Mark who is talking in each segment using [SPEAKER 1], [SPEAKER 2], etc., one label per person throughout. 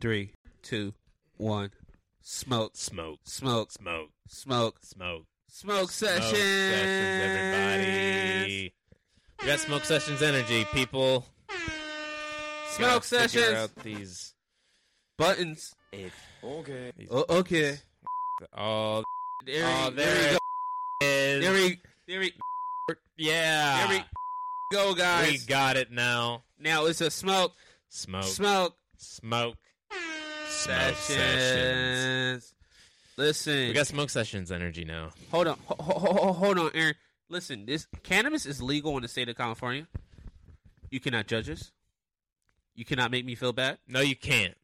[SPEAKER 1] three, two, one. Smoke,
[SPEAKER 2] Smoke,
[SPEAKER 1] smoke,
[SPEAKER 2] smoke,
[SPEAKER 1] smoke,
[SPEAKER 2] smoke.
[SPEAKER 1] smoke
[SPEAKER 2] Smoke
[SPEAKER 1] sessions.
[SPEAKER 2] sessions, everybody. We got smoke sessions energy, people.
[SPEAKER 1] Smoke
[SPEAKER 2] Gotta figure
[SPEAKER 1] sessions.
[SPEAKER 2] Out these.
[SPEAKER 1] Buttons.
[SPEAKER 3] Okay.
[SPEAKER 2] these
[SPEAKER 1] O- okay.
[SPEAKER 2] Oh,
[SPEAKER 1] There,
[SPEAKER 2] oh,
[SPEAKER 1] we-
[SPEAKER 2] there,
[SPEAKER 1] we
[SPEAKER 2] it is.
[SPEAKER 1] go. There we, there we
[SPEAKER 2] yeah.
[SPEAKER 1] there we go, guys.
[SPEAKER 2] Ah. We got it now.
[SPEAKER 1] now it's a smoke,
[SPEAKER 2] Smoke,
[SPEAKER 1] smoke,
[SPEAKER 2] smoke. Smoke
[SPEAKER 1] sessions. Listen,
[SPEAKER 2] We got smoke sessions energy now.
[SPEAKER 1] hold on, ho- ho- ho- ho- hold on, Aaron. Listen, this cannabis is legal in the state of California. You cannot judge us. You cannot make me feel bad.
[SPEAKER 2] No, you can't.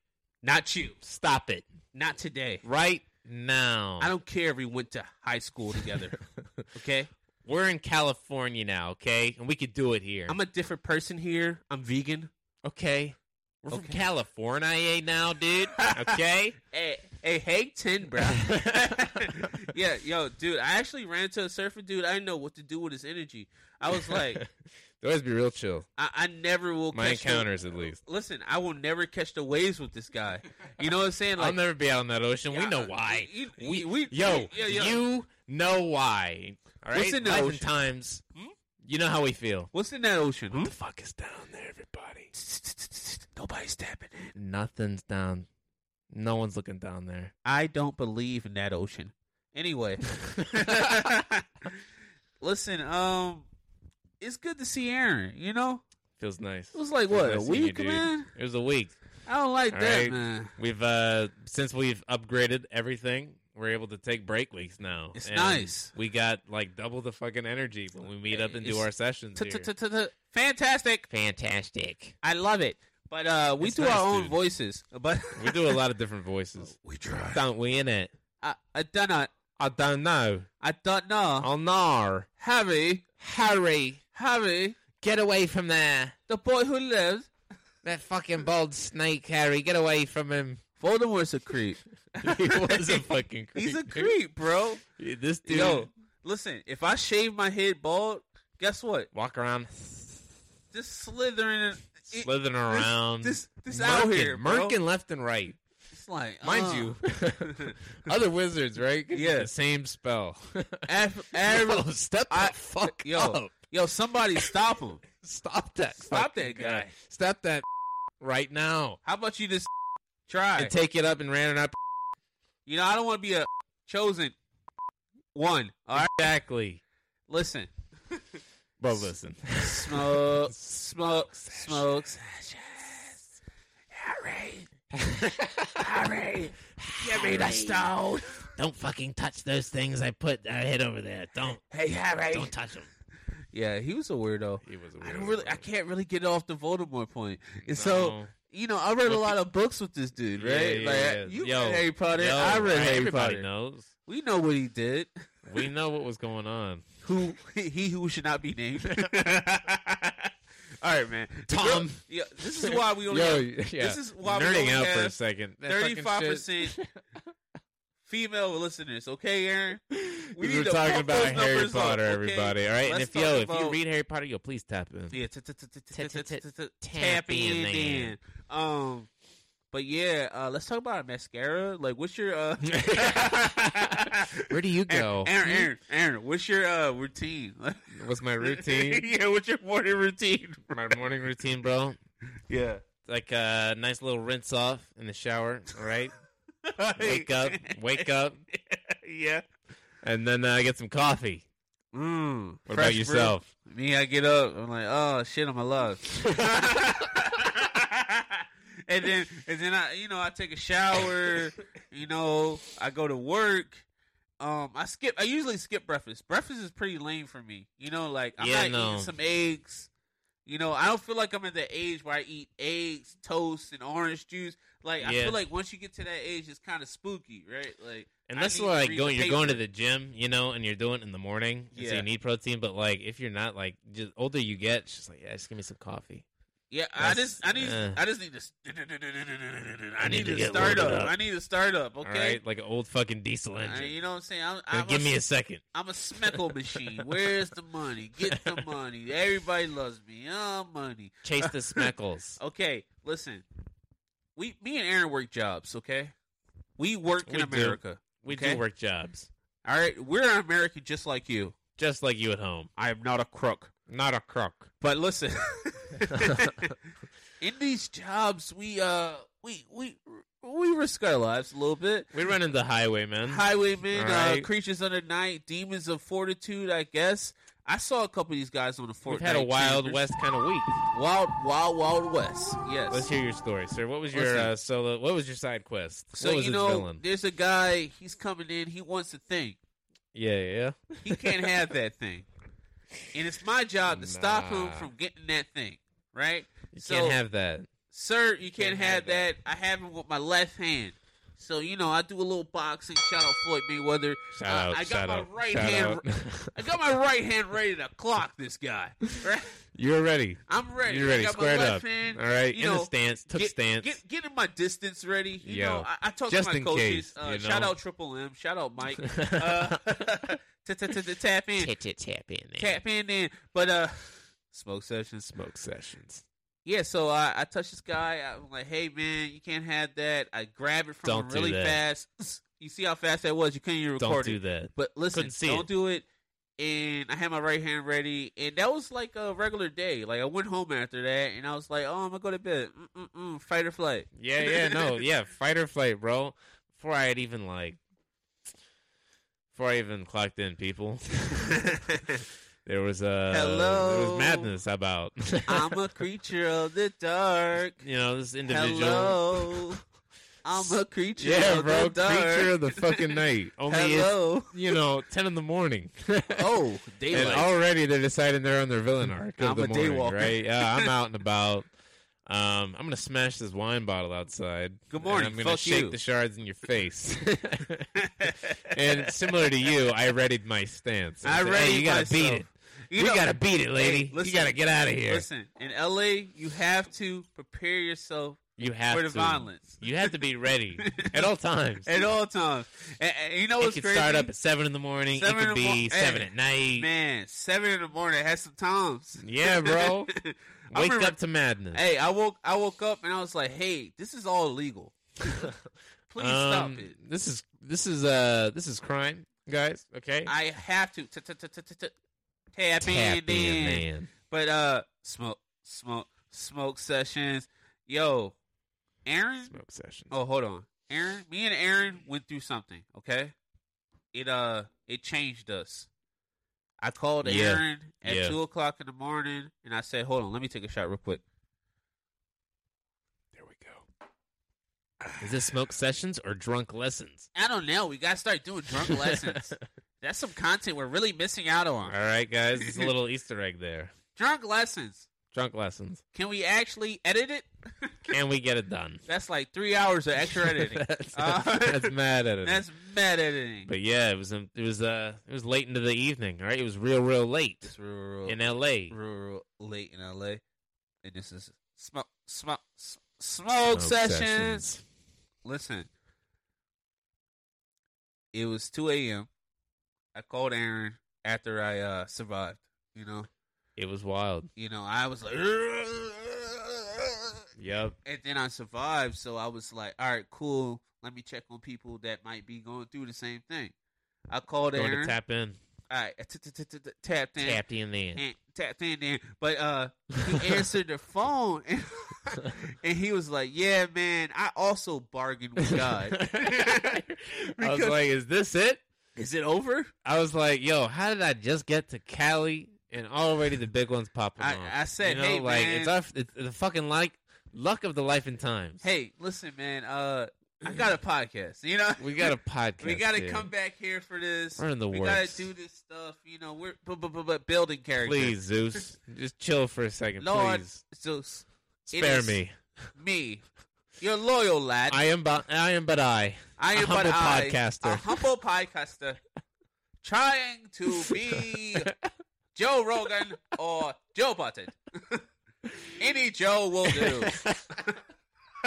[SPEAKER 1] Not you.
[SPEAKER 2] Stop it
[SPEAKER 1] Not today.
[SPEAKER 2] right now.
[SPEAKER 1] I don't care if we went to high school together. Okay,
[SPEAKER 2] We're in California now, okay, and we could do it here.
[SPEAKER 1] I'm a different person here. I'm vegan.
[SPEAKER 2] okay. We're from
[SPEAKER 1] Okay.
[SPEAKER 2] California now, dude. Okay.
[SPEAKER 1] Hey, hey, Hagton, bro. yeah, yo, dude. I actually ran to a surfer dude. I didn't know what to do with his energy. I was like,
[SPEAKER 2] always be real chill.
[SPEAKER 1] I, I never will.
[SPEAKER 2] My
[SPEAKER 1] catch the-
[SPEAKER 2] encounters, at least.
[SPEAKER 1] listen, I will never catch the waves with this guy. You know what I'm saying? Like,
[SPEAKER 2] I'll never be out in that ocean. we
[SPEAKER 1] Yeah,
[SPEAKER 2] know
[SPEAKER 1] uh,
[SPEAKER 2] why.
[SPEAKER 1] you- you-
[SPEAKER 2] we,
[SPEAKER 1] we-
[SPEAKER 2] yo,
[SPEAKER 1] yeah, yeah.
[SPEAKER 2] you know why. All right,
[SPEAKER 1] What's in the
[SPEAKER 2] Life and
[SPEAKER 1] ocean?
[SPEAKER 2] times.
[SPEAKER 1] Hmm?
[SPEAKER 2] You know how we feel.
[SPEAKER 1] what's in that ocean?
[SPEAKER 2] the fuck is down there, everybody?
[SPEAKER 1] Nobody's tapping in.
[SPEAKER 2] Nothing's down. No one's looking down there.
[SPEAKER 1] I don't believe in that ocean. Anyway, listen, um, it's good to see Aaron. You know,
[SPEAKER 2] Feels nice.
[SPEAKER 1] it was like
[SPEAKER 2] Feels
[SPEAKER 1] what
[SPEAKER 2] nice
[SPEAKER 1] a
[SPEAKER 2] seeing you,
[SPEAKER 1] week,
[SPEAKER 2] dude.
[SPEAKER 1] man.
[SPEAKER 2] It was a week.
[SPEAKER 1] I don't like
[SPEAKER 2] All
[SPEAKER 1] that,
[SPEAKER 2] right.
[SPEAKER 1] man.
[SPEAKER 2] We've uh since we've upgraded everything, we're able to take break weeks now.
[SPEAKER 1] It's nice.
[SPEAKER 2] We got like double the fucking energy when we meet up and do
[SPEAKER 1] It's-
[SPEAKER 2] our sessions. here.
[SPEAKER 1] T-t-t-t-t- Fantastic!
[SPEAKER 2] Fantastic.
[SPEAKER 1] I love it. But uh, we
[SPEAKER 2] It's
[SPEAKER 1] do
[SPEAKER 2] nice,
[SPEAKER 1] our own
[SPEAKER 2] dude.
[SPEAKER 1] voices. But
[SPEAKER 2] We do a lot of different voices.
[SPEAKER 1] we try.
[SPEAKER 2] Don't we in it?
[SPEAKER 1] I, I don't know.
[SPEAKER 2] I don't know.
[SPEAKER 1] I don't know.
[SPEAKER 2] Oh no.
[SPEAKER 1] Harry,
[SPEAKER 2] Hurry.
[SPEAKER 1] Harry,
[SPEAKER 2] Get away from there.
[SPEAKER 1] the boy who lives.
[SPEAKER 2] That fucking bald snake, Harry. Get away from him.
[SPEAKER 1] Voldemort's a creep.
[SPEAKER 2] he was a fucking creep.
[SPEAKER 1] He's a creep, bro.
[SPEAKER 2] dude. This dude.
[SPEAKER 1] Yo, listen. If I shave my head bald, guess what?
[SPEAKER 2] Walk around,
[SPEAKER 1] This slithering, and- it-
[SPEAKER 2] slithering around.
[SPEAKER 1] this this
[SPEAKER 2] Murking,
[SPEAKER 1] out here, bro.
[SPEAKER 2] murking left and right.
[SPEAKER 1] It's like,
[SPEAKER 2] Mind
[SPEAKER 1] uh,
[SPEAKER 2] you, other wizards, right? Could do
[SPEAKER 1] Yeah.
[SPEAKER 2] the same spell.
[SPEAKER 1] ev- every,
[SPEAKER 2] Yo, step the
[SPEAKER 1] I-
[SPEAKER 2] fuck
[SPEAKER 1] yo.
[SPEAKER 2] up.
[SPEAKER 1] yo, somebody stop him.
[SPEAKER 2] Stop that.
[SPEAKER 1] Stop
[SPEAKER 2] fucking
[SPEAKER 1] that guy.
[SPEAKER 2] Stop that right now.
[SPEAKER 1] How about you just try?
[SPEAKER 2] And take it up and ran it up.
[SPEAKER 1] You know, I don't want to be a chosen one. All right,
[SPEAKER 2] Exactly.
[SPEAKER 1] listen.
[SPEAKER 2] But listen.
[SPEAKER 1] Smoke, smoke, smoke sessions. Harry, Harry, give me the stone.
[SPEAKER 2] Don't fucking touch those things I put I hid over there. Don't
[SPEAKER 1] Hey, Harry.
[SPEAKER 2] touch them.
[SPEAKER 1] Yeah, he was a weirdo.
[SPEAKER 2] He was a
[SPEAKER 1] I
[SPEAKER 2] weird.
[SPEAKER 1] don't really, I can't really get off the Voldemort point. And so, you know, I read a
[SPEAKER 2] Look-
[SPEAKER 1] lot of books with this dude,
[SPEAKER 2] Yeah,
[SPEAKER 1] right?
[SPEAKER 2] yeah, yeah.
[SPEAKER 1] Like, you
[SPEAKER 2] Yo,
[SPEAKER 1] read Harry Potter.
[SPEAKER 2] Yo,
[SPEAKER 1] I read
[SPEAKER 2] right,
[SPEAKER 1] Harry
[SPEAKER 2] everybody
[SPEAKER 1] Potter.
[SPEAKER 2] knows.
[SPEAKER 1] We know what he did.
[SPEAKER 2] We know what was going on.
[SPEAKER 1] Who he who should not be named. All right, man. The
[SPEAKER 2] Tom.
[SPEAKER 1] girl- yeah, this is why we only
[SPEAKER 2] Yo,
[SPEAKER 1] have
[SPEAKER 2] yeah.
[SPEAKER 1] this is why we
[SPEAKER 2] nerding
[SPEAKER 1] only
[SPEAKER 2] out for a
[SPEAKER 1] have
[SPEAKER 2] second. That fucking shit-
[SPEAKER 1] thirty-five percent female listeners. Okay, Aaron.
[SPEAKER 2] We
[SPEAKER 1] need
[SPEAKER 2] were
[SPEAKER 1] to
[SPEAKER 2] talking
[SPEAKER 1] bump
[SPEAKER 2] about
[SPEAKER 1] those
[SPEAKER 2] Harry
[SPEAKER 1] numbers up,
[SPEAKER 2] Potter,
[SPEAKER 1] okay?
[SPEAKER 2] everybody. All right, and
[SPEAKER 1] Let's
[SPEAKER 2] if yo,
[SPEAKER 1] talk
[SPEAKER 2] if you
[SPEAKER 1] about-
[SPEAKER 2] read Harry Potter, yo, please tap in.
[SPEAKER 1] Yeah, t- t- t- t- t-
[SPEAKER 2] Tap
[SPEAKER 1] t-
[SPEAKER 2] in
[SPEAKER 1] t- t-
[SPEAKER 2] tap in there.
[SPEAKER 1] then. Um, but yeah, uh, let's talk about mascara. Like, what's your uh?
[SPEAKER 2] Where do you go?
[SPEAKER 1] Aaron, Aaron, Aaron, Aaron, what's your uh routine?
[SPEAKER 2] What's my routine?
[SPEAKER 1] yeah, what's your morning routine?
[SPEAKER 2] my morning routine, bro.
[SPEAKER 1] Yeah.
[SPEAKER 2] Like a nice little rinse off in the shower. All right, wake up, wake up,
[SPEAKER 1] yeah.
[SPEAKER 2] and then uh, get some coffee.
[SPEAKER 1] Mm,
[SPEAKER 2] What
[SPEAKER 1] fresh
[SPEAKER 2] about yourself?
[SPEAKER 1] brew. Me, I get up. I'm like, oh shit, I'm alive. and then, and then I, you know, I take a shower. You know, I go to work. Um, I skip. I usually skip breakfast. Breakfast is pretty lame for me. You know, like I'm
[SPEAKER 2] Yeah,
[SPEAKER 1] not
[SPEAKER 2] no.
[SPEAKER 1] eating some eggs. You know, I don't feel like I'm at the age where I eat eggs, toast, and orange juice. Like I
[SPEAKER 2] Yeah.
[SPEAKER 1] feel like once you get to that age, it's kind of spooky, right? Like,
[SPEAKER 2] And
[SPEAKER 1] I
[SPEAKER 2] that's
[SPEAKER 1] need to
[SPEAKER 2] like
[SPEAKER 1] read
[SPEAKER 2] going.
[SPEAKER 1] the
[SPEAKER 2] You're going to
[SPEAKER 1] paper.
[SPEAKER 2] the gym, you know, and you're doing it in the morning, and so
[SPEAKER 1] Yeah.
[SPEAKER 2] you need protein. But like, if you're not like, just older you get, it's just like, yeah, just give me some coffee.
[SPEAKER 1] Yeah, I
[SPEAKER 2] That's-
[SPEAKER 1] just I need
[SPEAKER 2] uh.
[SPEAKER 1] I just need to s- I need to start
[SPEAKER 2] loaded
[SPEAKER 1] up.
[SPEAKER 2] up.
[SPEAKER 1] I need to start up.
[SPEAKER 2] All
[SPEAKER 1] Okay,
[SPEAKER 2] right, like an old fucking diesel
[SPEAKER 1] Uh,
[SPEAKER 2] engine.
[SPEAKER 1] you know what I'm saying? I'm,
[SPEAKER 2] Uh,
[SPEAKER 1] I'm
[SPEAKER 2] give
[SPEAKER 1] a,
[SPEAKER 2] me a second.
[SPEAKER 1] I'm a smeckle machine. Where's the money? Get the money. Everybody loves me. Oh, money.
[SPEAKER 2] Chase the smeckles.
[SPEAKER 1] Okay, listen. we me and Aaron work jobs, okay? We work in
[SPEAKER 2] We do.
[SPEAKER 1] America.
[SPEAKER 2] We
[SPEAKER 1] Okay.
[SPEAKER 2] do work jobs,
[SPEAKER 1] All right, we're an American just like you.
[SPEAKER 2] just like you at home.
[SPEAKER 1] I am not a crook.
[SPEAKER 2] Not a crook.
[SPEAKER 1] But listen, in these jobs, we uh, we we we risk our lives a little bit.
[SPEAKER 2] We run into highway, man.
[SPEAKER 1] Highwaymen, uh,
[SPEAKER 2] Alright.
[SPEAKER 1] creatures under night, demons of fortitude. I guess I saw a couple of these guys on the Fortnite.
[SPEAKER 2] We've had a wild
[SPEAKER 1] chambers.
[SPEAKER 2] west kind of week.
[SPEAKER 1] wild, wild, wild west. Yes.
[SPEAKER 2] Let's hear your story, sir. What was
[SPEAKER 1] Let's
[SPEAKER 2] your
[SPEAKER 1] see.
[SPEAKER 2] uh, solo? What was your side quest?
[SPEAKER 1] so
[SPEAKER 2] what was
[SPEAKER 1] you
[SPEAKER 2] its
[SPEAKER 1] know,
[SPEAKER 2] villain?
[SPEAKER 1] there's a guy. He's coming in. He wants a thing.
[SPEAKER 2] Yeah, yeah.
[SPEAKER 1] He can't have that thing, and it's my job to stop him
[SPEAKER 2] Nah.
[SPEAKER 1] from getting that thing. Right.
[SPEAKER 2] You
[SPEAKER 1] So-
[SPEAKER 2] can't have that.
[SPEAKER 1] Sir, you can't, have that. I have him with my left hand. So, you know, I do a little boxing. Shout out Floyd Mayweather.
[SPEAKER 2] Shout
[SPEAKER 1] Uh,
[SPEAKER 2] out.
[SPEAKER 1] I got
[SPEAKER 2] shout
[SPEAKER 1] my
[SPEAKER 2] out,
[SPEAKER 1] right
[SPEAKER 2] shout
[SPEAKER 1] hand-
[SPEAKER 2] out.
[SPEAKER 1] I got my right hand ready to clock this guy. Right?
[SPEAKER 2] You're ready.
[SPEAKER 1] I'm ready.
[SPEAKER 2] You're ready.
[SPEAKER 1] I got
[SPEAKER 2] Squared
[SPEAKER 1] my
[SPEAKER 2] up.
[SPEAKER 1] left hand.
[SPEAKER 2] All right.
[SPEAKER 1] you
[SPEAKER 2] In
[SPEAKER 1] know,
[SPEAKER 2] a stance. Took
[SPEAKER 1] Get-
[SPEAKER 2] stance.
[SPEAKER 1] Get, getting my distance ready. You
[SPEAKER 2] Yo,
[SPEAKER 1] know, I, I talk
[SPEAKER 2] just
[SPEAKER 1] to my
[SPEAKER 2] in
[SPEAKER 1] coaches.
[SPEAKER 2] case,
[SPEAKER 1] uh,
[SPEAKER 2] you
[SPEAKER 1] Shout
[SPEAKER 2] know.
[SPEAKER 1] out Triple M. Shout out Mike. Uh, t- t- t- tap in.
[SPEAKER 2] Tap, tap, tap in there.
[SPEAKER 1] Tap in then. But, uh, smoke sessions.
[SPEAKER 2] Smoke sessions.
[SPEAKER 1] Yeah, so I, I touch this guy. I'm like, "Hey, man, you can't have that." I grab it from
[SPEAKER 2] Don't
[SPEAKER 1] him
[SPEAKER 2] do
[SPEAKER 1] really
[SPEAKER 2] that.
[SPEAKER 1] fast. You see how fast that was? You couldn't even
[SPEAKER 2] Don't
[SPEAKER 1] record
[SPEAKER 2] do
[SPEAKER 1] it.
[SPEAKER 2] that.
[SPEAKER 1] But listen,
[SPEAKER 2] Couldn't see
[SPEAKER 1] don't
[SPEAKER 2] it.
[SPEAKER 1] do it. And I had my right hand ready, and that was like a regular day. Like I went home after that, and I was like, "Oh, I'm gonna go to bed. Mm-mm-mm, fight or flight."
[SPEAKER 2] Yeah, yeah, no, yeah, fight or flight, bro. Before I had even like, before I even clocked in, people, there was uh, there
[SPEAKER 1] Hello.
[SPEAKER 2] was madness about,
[SPEAKER 1] I'm a creature of the dark.
[SPEAKER 2] you know, this individual.
[SPEAKER 1] Hello, I'm a creature
[SPEAKER 2] Yeah,
[SPEAKER 1] of
[SPEAKER 2] bro,
[SPEAKER 1] the dark.
[SPEAKER 2] creature of the fucking night. Only
[SPEAKER 1] Hello.
[SPEAKER 2] it's you know ten in the morning,
[SPEAKER 1] Oh,
[SPEAKER 2] and
[SPEAKER 1] daylight.
[SPEAKER 2] already they're deciding they're on their villain arc of
[SPEAKER 1] I'm
[SPEAKER 2] the
[SPEAKER 1] a
[SPEAKER 2] morning,
[SPEAKER 1] daywalker.
[SPEAKER 2] right? Yeah, I'm out and about. Um, I'm gonna smash this wine bottle outside.
[SPEAKER 1] Good
[SPEAKER 2] and
[SPEAKER 1] morning,
[SPEAKER 2] I'm gonna
[SPEAKER 1] fuck
[SPEAKER 2] shake
[SPEAKER 1] you.
[SPEAKER 2] the shards in your face. And similar to you, I readied my stance.
[SPEAKER 1] I
[SPEAKER 2] said,
[SPEAKER 1] readied
[SPEAKER 2] hey, you gotta
[SPEAKER 1] myself.
[SPEAKER 2] beat it. You,
[SPEAKER 1] know-
[SPEAKER 2] gotta beat it, lady.
[SPEAKER 1] Hey, listen.
[SPEAKER 2] you gotta get out of here.
[SPEAKER 1] Listen, in LA, you have to prepare yourself
[SPEAKER 2] you have
[SPEAKER 1] for
[SPEAKER 2] to.
[SPEAKER 1] the violence
[SPEAKER 2] You have to be ready at all times.
[SPEAKER 1] at all times. And, and you know
[SPEAKER 2] it
[SPEAKER 1] what's
[SPEAKER 2] could
[SPEAKER 1] crazy?
[SPEAKER 2] start up at seven in the morning.
[SPEAKER 1] Seven
[SPEAKER 2] it
[SPEAKER 1] in
[SPEAKER 2] could
[SPEAKER 1] the
[SPEAKER 2] be
[SPEAKER 1] mor-
[SPEAKER 2] seven
[SPEAKER 1] Hey,
[SPEAKER 2] at night.
[SPEAKER 1] Man, seven in the morning. I had some times.
[SPEAKER 2] Yeah, bro.
[SPEAKER 1] I
[SPEAKER 2] Wake
[SPEAKER 1] remember-
[SPEAKER 2] up to madness.
[SPEAKER 1] hey, I woke. I woke up and I was like, "Hey, this is all illegal. Please stop
[SPEAKER 2] Um,
[SPEAKER 1] it.
[SPEAKER 2] This is this is uh this is crime, guys. Okay.
[SPEAKER 1] I have to t- t- t- t- t- t- tap in."
[SPEAKER 2] Tap in,
[SPEAKER 1] then.
[SPEAKER 2] man.
[SPEAKER 1] But uh, smoke, smoke, smoke sessions. Yo, Aaron.
[SPEAKER 2] Smoke session.
[SPEAKER 1] Oh, hold on. Aaron, me and Aaron went through something, okay? It uh it changed us. I called
[SPEAKER 2] Yeah.
[SPEAKER 1] Aaron at
[SPEAKER 2] Yeah.
[SPEAKER 1] two o'clock in the morning and I said, Hold on, let me take a shot real quick.
[SPEAKER 2] There we go. Is this smoke sessions or drunk lessons?
[SPEAKER 1] I don't know, we gotta start doing drunk lessons. That's some content we're really missing out
[SPEAKER 2] All
[SPEAKER 1] on.
[SPEAKER 2] right, guys. It's a little Easter egg there.
[SPEAKER 1] Drunk lessons.
[SPEAKER 2] Drunk lessons.
[SPEAKER 1] Can we actually edit it?
[SPEAKER 2] Can we get it done?
[SPEAKER 1] That's like three hours of extra editing.
[SPEAKER 2] that's,
[SPEAKER 1] Uh,
[SPEAKER 2] that's mad editing.
[SPEAKER 1] That's mad editing.
[SPEAKER 2] but yeah, it was um, it was uh it was late into the evening. All right, it was real real late
[SPEAKER 1] It's real, real,
[SPEAKER 2] in L.A.
[SPEAKER 1] real, real late in LA. And this is smoke smoke s- smoke sessions. listen, it was 2 a.m. I called Aaron after I uh, survived. You know,
[SPEAKER 2] It was wild.
[SPEAKER 1] you know, I was like, and
[SPEAKER 2] Yep.
[SPEAKER 1] then I survived. So I was like, all right, cool. Let me check on people that might be going through the same thing. I called
[SPEAKER 2] Going to
[SPEAKER 1] Aaron.
[SPEAKER 2] tap in,
[SPEAKER 1] All right, I t- t- t- t- t- tapped in,
[SPEAKER 2] tapped in then.
[SPEAKER 1] and tapped in, then. But uh, he answered the phone, and, and he was like, "Yeah, man, I also bargained with God."
[SPEAKER 2] I was
[SPEAKER 1] Because-
[SPEAKER 2] like, "Is this it?"
[SPEAKER 1] Is it over?
[SPEAKER 2] I was like, "Yo, how did I just get to Cali and already the big ones popping
[SPEAKER 1] I-
[SPEAKER 2] off?"
[SPEAKER 1] I said,
[SPEAKER 2] you know,
[SPEAKER 1] "Hey,
[SPEAKER 2] like
[SPEAKER 1] man."
[SPEAKER 2] it's, our, it's the fucking like luck of the life and times.
[SPEAKER 1] Hey, listen, man. Uh, I got a podcast. You know,
[SPEAKER 2] we got a podcast.
[SPEAKER 1] we got to
[SPEAKER 2] dude.
[SPEAKER 1] come back here for this.
[SPEAKER 2] We're in the
[SPEAKER 1] we got
[SPEAKER 2] works.
[SPEAKER 1] to do this stuff. You know, we're but, but, but, but building character.
[SPEAKER 2] Please, Zeus, just chill for a second,
[SPEAKER 1] Lord,
[SPEAKER 2] please.
[SPEAKER 1] so s- it
[SPEAKER 2] Spare
[SPEAKER 1] is-
[SPEAKER 2] me.
[SPEAKER 1] me, your loyal lad. I,
[SPEAKER 2] I am but I am but I.
[SPEAKER 1] am
[SPEAKER 2] a
[SPEAKER 1] but
[SPEAKER 2] humble
[SPEAKER 1] I,
[SPEAKER 2] podcaster.
[SPEAKER 1] a humble podcaster, trying to be Joe Rogan or Joe Button. Any Joe will do.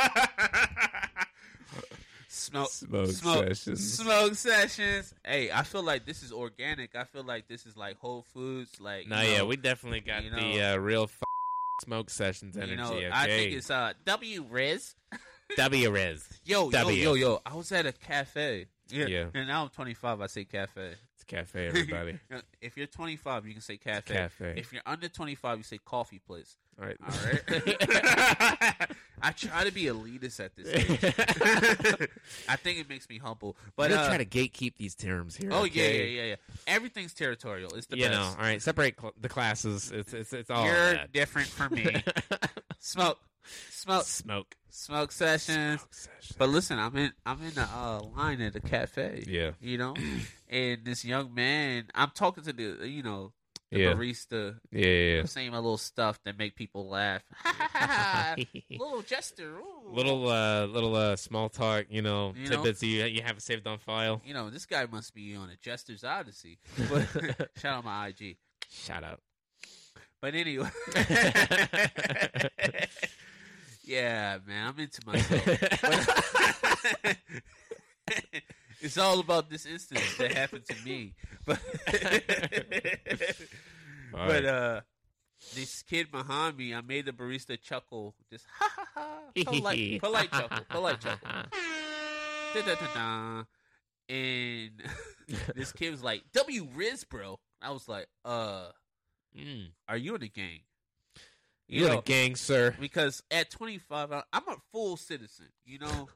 [SPEAKER 1] Smoke,
[SPEAKER 2] Smoke sessions.
[SPEAKER 1] Smoke sessions. Hey, I feel like this is organic. I feel like this is like Whole Foods. Like,
[SPEAKER 2] no,
[SPEAKER 1] you
[SPEAKER 2] yeah,
[SPEAKER 1] know,
[SPEAKER 2] we definitely got
[SPEAKER 1] you
[SPEAKER 2] the uh, real f- smoke sessions
[SPEAKER 1] you
[SPEAKER 2] energy.
[SPEAKER 1] know,
[SPEAKER 2] okay?
[SPEAKER 1] I think it's uh W Riz.
[SPEAKER 2] WREZ.
[SPEAKER 1] Yo, yo,
[SPEAKER 2] W.
[SPEAKER 1] yo, yo. I was at a cafe. Yeah.
[SPEAKER 2] Yeah.
[SPEAKER 1] And now I'm 25. I say cafe.
[SPEAKER 2] It's cafe, everybody.
[SPEAKER 1] if you're 25, you can say cafe.
[SPEAKER 2] cafe.
[SPEAKER 1] If you're under 25, you say coffee place.
[SPEAKER 2] All right.
[SPEAKER 1] All right. I try to be elitist at this age. I think it makes me humble. But
[SPEAKER 2] But
[SPEAKER 1] uh,
[SPEAKER 2] try to gatekeep these terms here.
[SPEAKER 1] oh yeah,
[SPEAKER 2] okay?
[SPEAKER 1] yeah, yeah, yeah. Everything's territorial. It's the
[SPEAKER 2] you know,
[SPEAKER 1] best.
[SPEAKER 2] all right. Separate cl- the classes. It's it's it's all
[SPEAKER 1] You're
[SPEAKER 2] that.
[SPEAKER 1] different from me. smoke, smoke,
[SPEAKER 2] Smoke.
[SPEAKER 1] smoke Oh, sessions.
[SPEAKER 2] Smoke session.
[SPEAKER 1] But listen, I'm in I'm in the uh, line at a cafe.
[SPEAKER 2] yeah,
[SPEAKER 1] You know, and this young man, I'm talking to the you know the
[SPEAKER 2] yeah,
[SPEAKER 1] barista,
[SPEAKER 2] yeah,
[SPEAKER 1] saying my little stuff that make people laugh.
[SPEAKER 2] yeah.
[SPEAKER 1] little jester, ooh.
[SPEAKER 2] little uh, little uh, small talk. You know,
[SPEAKER 1] You know?
[SPEAKER 2] tidbits you you have saved on file.
[SPEAKER 1] you know, this guy must be on a Jester's Odyssey. But shout out my IG.
[SPEAKER 2] Shout out.
[SPEAKER 1] But anyway, yeah, man, I'm into myself. But- it's all about this instance that happened to me. But
[SPEAKER 2] All
[SPEAKER 1] but
[SPEAKER 2] right.
[SPEAKER 1] uh, this kid behind me, I made the barista chuckle. Just ha ha ha, polite, polite chuckle, polite chuckle. Da, da, da, da. And this kid was like, "W Riz, bro." I was like, "Uh."
[SPEAKER 2] Mm.
[SPEAKER 1] are you in the gang? You
[SPEAKER 2] You're
[SPEAKER 1] know,
[SPEAKER 2] a gang, sir.
[SPEAKER 1] because at 25, I- I'm a full citizen. You know,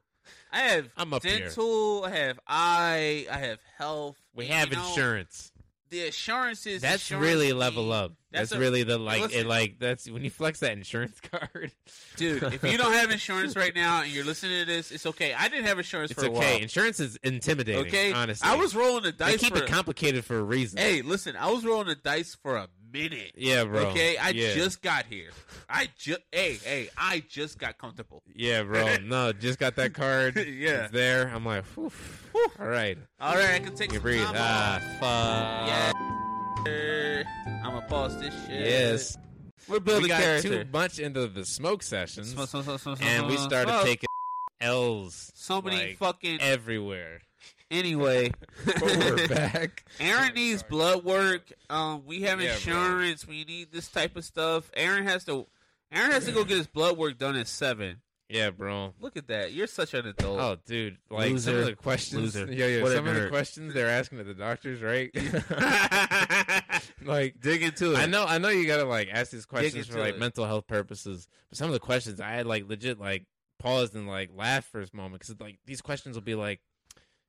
[SPEAKER 1] I have
[SPEAKER 2] I'm up here.
[SPEAKER 1] dental, I have eye, I have health.
[SPEAKER 2] We
[SPEAKER 1] you
[SPEAKER 2] have
[SPEAKER 1] know,
[SPEAKER 2] insurance.
[SPEAKER 1] The assurance is
[SPEAKER 2] That's
[SPEAKER 1] assurance
[SPEAKER 2] really
[SPEAKER 1] to
[SPEAKER 2] level
[SPEAKER 1] me.
[SPEAKER 2] up.
[SPEAKER 1] That's
[SPEAKER 2] That's,
[SPEAKER 1] a-
[SPEAKER 2] really the like
[SPEAKER 1] listen.
[SPEAKER 2] it like that's when you flex that insurance card.
[SPEAKER 1] dude. If you don't have insurance right now and you're listening to this, it's okay. I didn't have insurance
[SPEAKER 2] it's
[SPEAKER 1] for a
[SPEAKER 2] okay.
[SPEAKER 1] while.
[SPEAKER 2] Insurance is intimidating.
[SPEAKER 1] Okay,
[SPEAKER 2] honestly,
[SPEAKER 1] I was rolling the
[SPEAKER 2] They
[SPEAKER 1] dice.
[SPEAKER 2] keep
[SPEAKER 1] for,
[SPEAKER 2] it complicated for a reason.
[SPEAKER 1] hey, listen, I was rolling the dice for a minute.
[SPEAKER 2] yeah, bro.
[SPEAKER 1] Okay, I
[SPEAKER 2] yeah.
[SPEAKER 1] just got here. I just, hey, hey, I just got comfortable.
[SPEAKER 2] yeah, bro. No, just got that card.
[SPEAKER 1] Yeah.
[SPEAKER 2] it's there. I'm like, whew, all right,
[SPEAKER 1] All right, I can take
[SPEAKER 2] you
[SPEAKER 1] some
[SPEAKER 2] breathe.
[SPEAKER 1] time off.
[SPEAKER 2] Ah, fuck.
[SPEAKER 1] Yeah. I'm gonna pause this shit.
[SPEAKER 2] Yes,
[SPEAKER 1] We're
[SPEAKER 2] we
[SPEAKER 1] building
[SPEAKER 2] got
[SPEAKER 1] character.
[SPEAKER 2] too much into the smoke sessions,
[SPEAKER 1] Smoke, smoke, smoke, smoke,
[SPEAKER 2] and we
[SPEAKER 1] smoke,
[SPEAKER 2] started
[SPEAKER 1] smoke.
[SPEAKER 2] taking L's
[SPEAKER 1] so many
[SPEAKER 2] like,
[SPEAKER 1] fucking.
[SPEAKER 2] everywhere.
[SPEAKER 1] anyway,
[SPEAKER 2] We're back.
[SPEAKER 1] Aaron needs blood work. Um, we have
[SPEAKER 2] Yeah, bro.
[SPEAKER 1] insurance. We need this type of stuff. Aaron has to. Aaron has to go get his blood work done at seven.
[SPEAKER 2] Yeah, bro.
[SPEAKER 1] Look at that. You're such an adult.
[SPEAKER 2] Oh, dude! Like some
[SPEAKER 1] Loser.
[SPEAKER 2] of the questions,
[SPEAKER 1] Loser.
[SPEAKER 2] yeah, yeah.
[SPEAKER 1] What a
[SPEAKER 2] some of the
[SPEAKER 1] nerd.
[SPEAKER 2] questions they're asking at the doctors, right? like,
[SPEAKER 1] Dig into it.
[SPEAKER 2] I know, I know, you gotta like ask these questions for
[SPEAKER 1] into
[SPEAKER 2] like
[SPEAKER 1] it.
[SPEAKER 2] mental health purposes. But some of the questions I had like legit like paused and like laughed for a moment because like these questions will be like,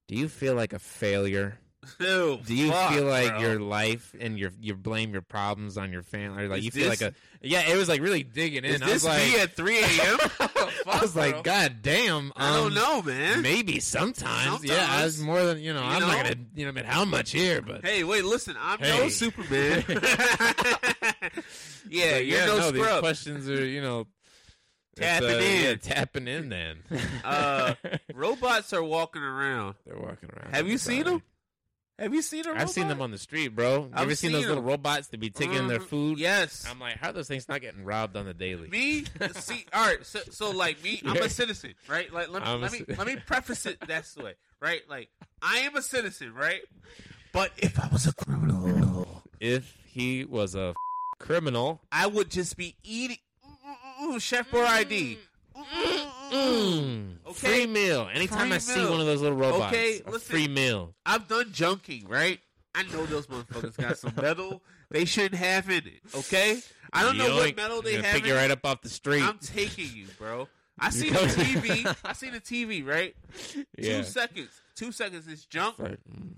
[SPEAKER 2] "Do you feel like a failure?
[SPEAKER 1] Ew,
[SPEAKER 2] Do you
[SPEAKER 1] fuck,
[SPEAKER 2] feel like
[SPEAKER 1] bro.
[SPEAKER 2] your life and your you blame your problems on your family? Or, like
[SPEAKER 1] Is
[SPEAKER 2] you feel
[SPEAKER 1] this-
[SPEAKER 2] like a yeah?" It was like really digging in.
[SPEAKER 1] Is
[SPEAKER 2] I was
[SPEAKER 1] this
[SPEAKER 2] like,
[SPEAKER 1] me at three a.m.? What the
[SPEAKER 2] I
[SPEAKER 1] fuck,
[SPEAKER 2] was
[SPEAKER 1] bro?
[SPEAKER 2] like, "God damn!"
[SPEAKER 1] I
[SPEAKER 2] um,
[SPEAKER 1] don't know, man.
[SPEAKER 2] Maybe sometimes. Yeah, I
[SPEAKER 1] Sometimes.
[SPEAKER 2] was more than you know.
[SPEAKER 1] You
[SPEAKER 2] I'm
[SPEAKER 1] know?
[SPEAKER 2] not gonna you know admit how much here, but
[SPEAKER 1] Hey, wait, listen, I'm no
[SPEAKER 2] Hey.
[SPEAKER 1] Superman. yeah,
[SPEAKER 2] But
[SPEAKER 1] you're no,
[SPEAKER 2] these
[SPEAKER 1] scrub.
[SPEAKER 2] questions are you know it's,
[SPEAKER 1] Tapping
[SPEAKER 2] uh, yeah,
[SPEAKER 1] in.
[SPEAKER 2] tapping in. Then
[SPEAKER 1] Uh, Robots are walking around.
[SPEAKER 2] they're walking around.
[SPEAKER 1] Have you seen
[SPEAKER 2] everybody.
[SPEAKER 1] them? Have you seen them?
[SPEAKER 2] I've seen them on the street, bro. You
[SPEAKER 1] I've
[SPEAKER 2] ever seen
[SPEAKER 1] seen
[SPEAKER 2] those little
[SPEAKER 1] them.
[SPEAKER 2] robots that be taking their food?
[SPEAKER 1] Mm-hmm. Yes.
[SPEAKER 2] I'm like, how are those things not getting robbed on the daily?
[SPEAKER 1] me see all right so, so like me i'm a citizen right like let me
[SPEAKER 2] I'm a
[SPEAKER 1] let me,
[SPEAKER 2] ci-
[SPEAKER 1] let me preface it that way right like i am a citizen right but if i was a criminal
[SPEAKER 2] If he was a f- criminal,
[SPEAKER 1] i would just be eating Mm, mm, mm, chef Boyardee. Mm, mm, mm, mm.
[SPEAKER 2] mm,
[SPEAKER 1] Okay.
[SPEAKER 2] free meal. Anytime
[SPEAKER 1] Free
[SPEAKER 2] I see
[SPEAKER 1] meal.
[SPEAKER 2] one of those little robots,
[SPEAKER 1] Okay,
[SPEAKER 2] a
[SPEAKER 1] listen.
[SPEAKER 2] free meal.
[SPEAKER 1] I've done junking, right? I know those motherfuckers got some metal they shouldn't have in it. Okay, I don't know what
[SPEAKER 2] Yoink.
[SPEAKER 1] metal
[SPEAKER 2] I'm
[SPEAKER 1] they
[SPEAKER 2] gonna
[SPEAKER 1] have.
[SPEAKER 2] Pick you
[SPEAKER 1] in it.
[SPEAKER 2] right up off the street.
[SPEAKER 1] I'm taking you, bro. I see the
[SPEAKER 2] go-
[SPEAKER 1] TV. I see the TV. Right,
[SPEAKER 2] yeah.
[SPEAKER 1] two seconds. Two seconds. It's junk.
[SPEAKER 2] Fuck. Mm.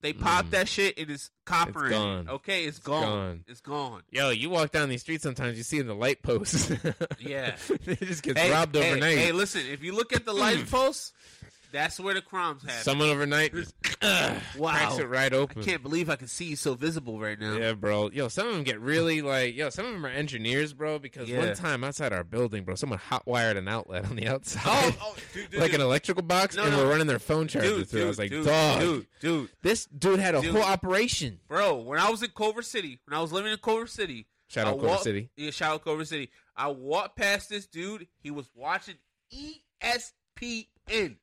[SPEAKER 1] They pop
[SPEAKER 2] Mm.
[SPEAKER 1] that shit and it's copper.
[SPEAKER 2] It's
[SPEAKER 1] in it,
[SPEAKER 2] gone.
[SPEAKER 1] Okay, it's gone.
[SPEAKER 2] gone.
[SPEAKER 1] It's gone.
[SPEAKER 2] Yo, you walk down these streets sometimes, you see in the light posts.
[SPEAKER 1] Yeah.
[SPEAKER 2] it just gets
[SPEAKER 1] Hey,
[SPEAKER 2] robbed
[SPEAKER 1] hey,
[SPEAKER 2] overnight.
[SPEAKER 1] Hey, listen. If you look at the light post, that's where the crimes happen.
[SPEAKER 2] Someone overnight just cracks it right
[SPEAKER 1] I
[SPEAKER 2] open.
[SPEAKER 1] can't believe I can see you so visible right now.
[SPEAKER 2] Yeah, bro. Yo, some of them get really like, yo, some of them are engineers, bro, because
[SPEAKER 1] Yeah.
[SPEAKER 2] one time outside our building, bro, someone hotwired an outlet on the outside.
[SPEAKER 1] Oh, oh, dude, dude,
[SPEAKER 2] like
[SPEAKER 1] dude.
[SPEAKER 2] an electrical box,
[SPEAKER 1] No,
[SPEAKER 2] and
[SPEAKER 1] no.
[SPEAKER 2] we're running their phone charger
[SPEAKER 1] dude,
[SPEAKER 2] through.
[SPEAKER 1] dude,
[SPEAKER 2] I was like,
[SPEAKER 1] dude,
[SPEAKER 2] dog,
[SPEAKER 1] dude, dude.
[SPEAKER 2] this dude had a
[SPEAKER 1] Dude.
[SPEAKER 2] whole operation.
[SPEAKER 1] Bro, when I was in Culver City, when I was living in Culver City,
[SPEAKER 2] Shout
[SPEAKER 1] I
[SPEAKER 2] out Culver
[SPEAKER 1] walked-
[SPEAKER 2] City.
[SPEAKER 1] Yeah, shout out Culver City. I walked past this dude. He was watching E ESPN.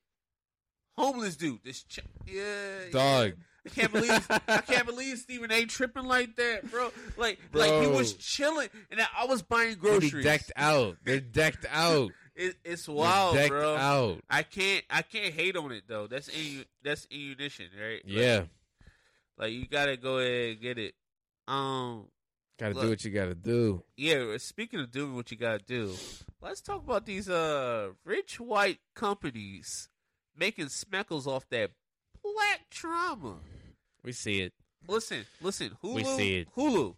[SPEAKER 1] Homeless dude. This ch- yeah, yeah.
[SPEAKER 2] Dog.
[SPEAKER 1] I can't believe I can't believe Stephen A. tripping like that, bro. Like like he
[SPEAKER 2] Bro.
[SPEAKER 1] was chilling, and I, I was buying
[SPEAKER 2] They be
[SPEAKER 1] groceries.
[SPEAKER 2] decked out. They're decked out.
[SPEAKER 1] It, it's wild,
[SPEAKER 2] Decked
[SPEAKER 1] bro.
[SPEAKER 2] out.
[SPEAKER 1] I can't I can't hate on it though. That's in that's ammunition, right? Like-
[SPEAKER 2] Yeah.
[SPEAKER 1] Like, you gotta go ahead and get it. Um
[SPEAKER 2] Gotta
[SPEAKER 1] Look.
[SPEAKER 2] do what you gotta do.
[SPEAKER 1] yeah, speaking of doing what you gotta do, let's talk about these uh rich white companies making speckles off that black trauma.
[SPEAKER 2] We see it.
[SPEAKER 1] Listen, listen, Hulu
[SPEAKER 2] We see it.
[SPEAKER 1] Hulu.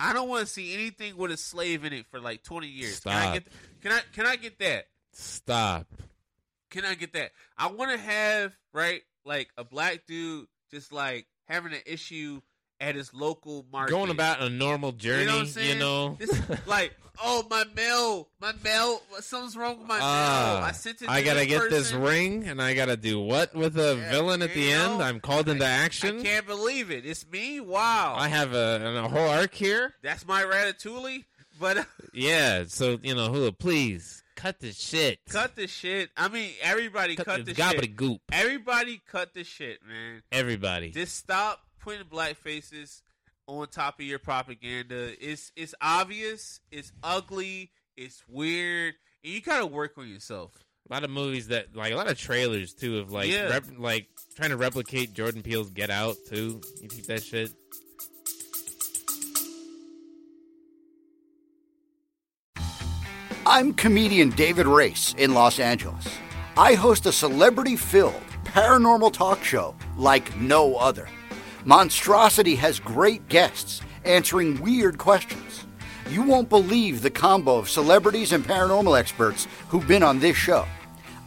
[SPEAKER 1] I don't want to see anything with a slave in it for like twenty years. Can I
[SPEAKER 2] Stop.
[SPEAKER 1] get can I can I get that?
[SPEAKER 2] Stop.
[SPEAKER 1] Can I get that? I want to have right like a black dude just like having an issue at his local market.
[SPEAKER 2] Going about a normal journey,
[SPEAKER 1] You
[SPEAKER 2] you
[SPEAKER 1] know what I'm
[SPEAKER 2] know.
[SPEAKER 1] saying? this, like oh my mail, my mail, something's wrong with my mail.
[SPEAKER 2] Ah,
[SPEAKER 1] I sent it. To
[SPEAKER 2] I gotta
[SPEAKER 1] this
[SPEAKER 2] get this
[SPEAKER 1] person.
[SPEAKER 2] ring, and I gotta do what with a
[SPEAKER 1] Yeah,
[SPEAKER 2] villain at the
[SPEAKER 1] you
[SPEAKER 2] end?
[SPEAKER 1] know,
[SPEAKER 2] I'm called into action.
[SPEAKER 1] I can't believe it. It's me. Wow,
[SPEAKER 2] I have a, an- a whole arc here.
[SPEAKER 1] that's my ratatouille. But uh,
[SPEAKER 2] Yeah, so you know, Hula, please cut this shit.
[SPEAKER 1] cut the shit. I mean, everybody cut, the
[SPEAKER 2] this
[SPEAKER 1] shit.
[SPEAKER 2] gobbledygook.
[SPEAKER 1] Everybody cut the shit, man.
[SPEAKER 2] Everybody.
[SPEAKER 1] Just stop putting black faces on top of your propaganda. It's it's obvious. It's ugly. It's weird. And you gotta work on yourself.
[SPEAKER 2] a lot of movies that like a lot of trailers too of like
[SPEAKER 1] Yeah.
[SPEAKER 2] rep, like trying to replicate Jordan Peele's Get Out too. You keep that shit.
[SPEAKER 3] I'm comedian David Race in Los Angeles. I host a celebrity filled paranormal talk show like no other. Monstrosity has great guests answering weird questions. You won't believe the combo of celebrities and paranormal experts who've been on this show.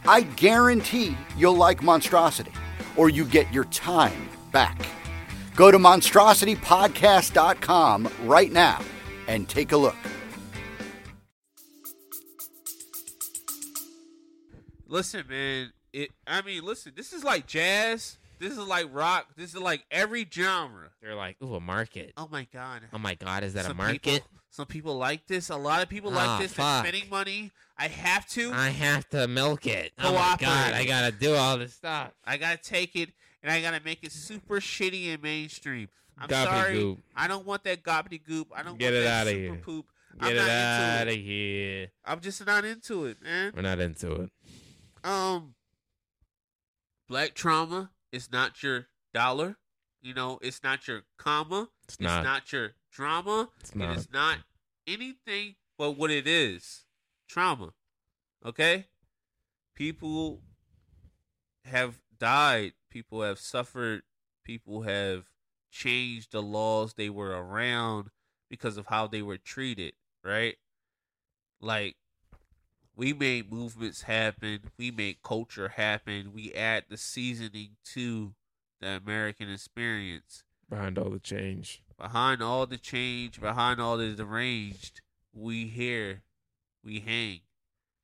[SPEAKER 3] I guarantee you'll like Monstrosity, or you get your time back. Go to monstrositypodcast.com right now and take a look.
[SPEAKER 1] Listen, man. It. I mean, listen. This is like jazz. This is like rock. This is like every genre.
[SPEAKER 2] They're like, ooh, a market.
[SPEAKER 1] Oh my god.
[SPEAKER 2] Oh my god, is that a
[SPEAKER 1] Some
[SPEAKER 2] market?
[SPEAKER 1] People, some people like this. A lot of people
[SPEAKER 2] Ah,
[SPEAKER 1] like this. They're
[SPEAKER 2] fuck. Ah.
[SPEAKER 1] spending money. I have to.
[SPEAKER 2] I have to milk it. Oh my god,
[SPEAKER 1] Cooperate.
[SPEAKER 2] I gotta do all this stuff.
[SPEAKER 1] I gotta take it and I gotta make it super shitty and mainstream. I'm sorry.
[SPEAKER 2] Gobbledygook.
[SPEAKER 1] I don't want that gobbledygook. I don't
[SPEAKER 2] Get
[SPEAKER 1] want
[SPEAKER 2] it
[SPEAKER 1] that
[SPEAKER 2] outta
[SPEAKER 1] super
[SPEAKER 2] here.
[SPEAKER 1] poop.
[SPEAKER 2] Get
[SPEAKER 1] I'm
[SPEAKER 2] it
[SPEAKER 1] not
[SPEAKER 2] out
[SPEAKER 1] into
[SPEAKER 2] of
[SPEAKER 1] it.
[SPEAKER 2] here.
[SPEAKER 1] I'm just not into it, man.
[SPEAKER 2] We're not into it.
[SPEAKER 1] Um, black trauma is not your dollar. You know, it's not your comma.
[SPEAKER 2] It's,
[SPEAKER 1] It's
[SPEAKER 2] not.
[SPEAKER 1] not, your drama.
[SPEAKER 2] It's
[SPEAKER 1] It
[SPEAKER 2] not.
[SPEAKER 1] is not anything but what it is trauma. Okay? People have died. People have suffered. People have changed the laws they were around because of how they were treated, right? Like, we made movements happen. We made culture happen. We add the seasoning to the American experience
[SPEAKER 2] Behind all the change.
[SPEAKER 1] behind all the change, behind all the deranged, we here, we hang,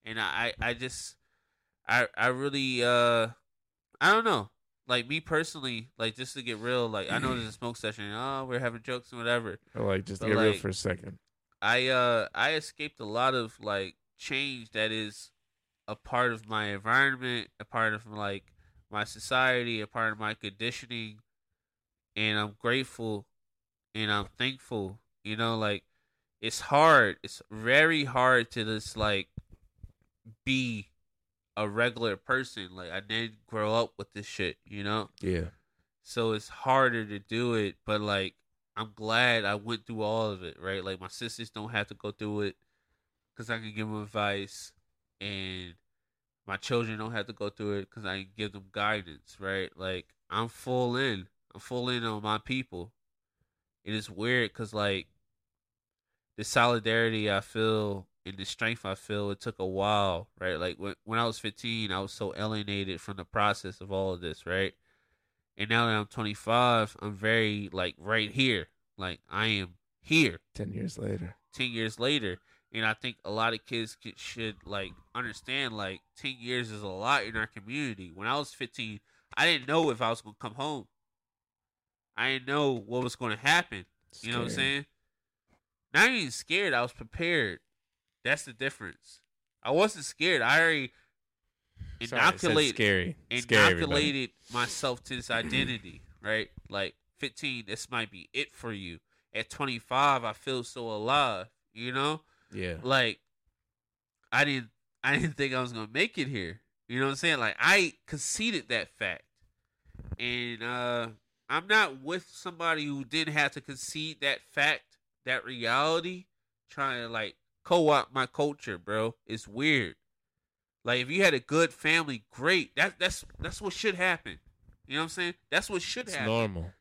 [SPEAKER 1] and I, I I just, I, I really, uh, I don't know. Like me personally, like just to get real, like I know there's a smoke session. and, Oh, we're having jokes and whatever.
[SPEAKER 2] Or like just
[SPEAKER 1] But,
[SPEAKER 2] get real
[SPEAKER 1] like,
[SPEAKER 2] for a second.
[SPEAKER 1] I, uh, I escaped a lot of like change that is a part of my environment, a part of like my society, a part of my conditioning, and I'm grateful and I'm thankful. You know, like it's hard. It's very hard to just like be a regular person. Like I didn't grow up with this shit, you know?
[SPEAKER 2] Yeah.
[SPEAKER 1] So it's harder to do it, but like I'm glad I went through all of it, right? Like my sisters don't have to go through it cuz I can give them advice and my children don't have to go through it cuz I can give them guidance, right? Like I'm full in. I'm full in on my people. It is weird cuz like the solidarity I feel and the strength I feel, it took a while, right? Like when when I was 15, I was so alienated from the process of all of this, right? And now that I'm 25, I'm very like right here. Like I am here
[SPEAKER 2] Ten years later.
[SPEAKER 1] 10 years later. And I think a lot of kids could, should like understand like 10 years is a lot in our community. When I was 15, I didn't know if I was going to come home. I didn't know what was going to happen. You know what I'm
[SPEAKER 2] Scary.
[SPEAKER 1] saying? Not even scared. I was prepared. That's the difference. I wasn't scared. I already
[SPEAKER 2] Sorry, I said
[SPEAKER 1] inoculated
[SPEAKER 2] Scary. Scary, everybody.
[SPEAKER 1] inoculated myself to this identity, right? Like 15, this might be it for you. At 25, I feel so alive, you know?
[SPEAKER 2] Yeah.
[SPEAKER 1] Like I didn't I didn't think I was gonna make it here. You know what I'm saying? Like I conceded that fact, and uh, I'm not with somebody who didn't have to concede that fact, that reality, trying to like co-opt my culture, bro. It's weird. Like if you had a good family, great. That that's that's what should happen. You know what I'm saying? That's what should
[SPEAKER 2] It's
[SPEAKER 1] happen.
[SPEAKER 2] normal.